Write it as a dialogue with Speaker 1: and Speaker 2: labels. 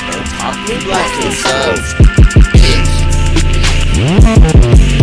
Speaker 1: Black and subs. Bitch.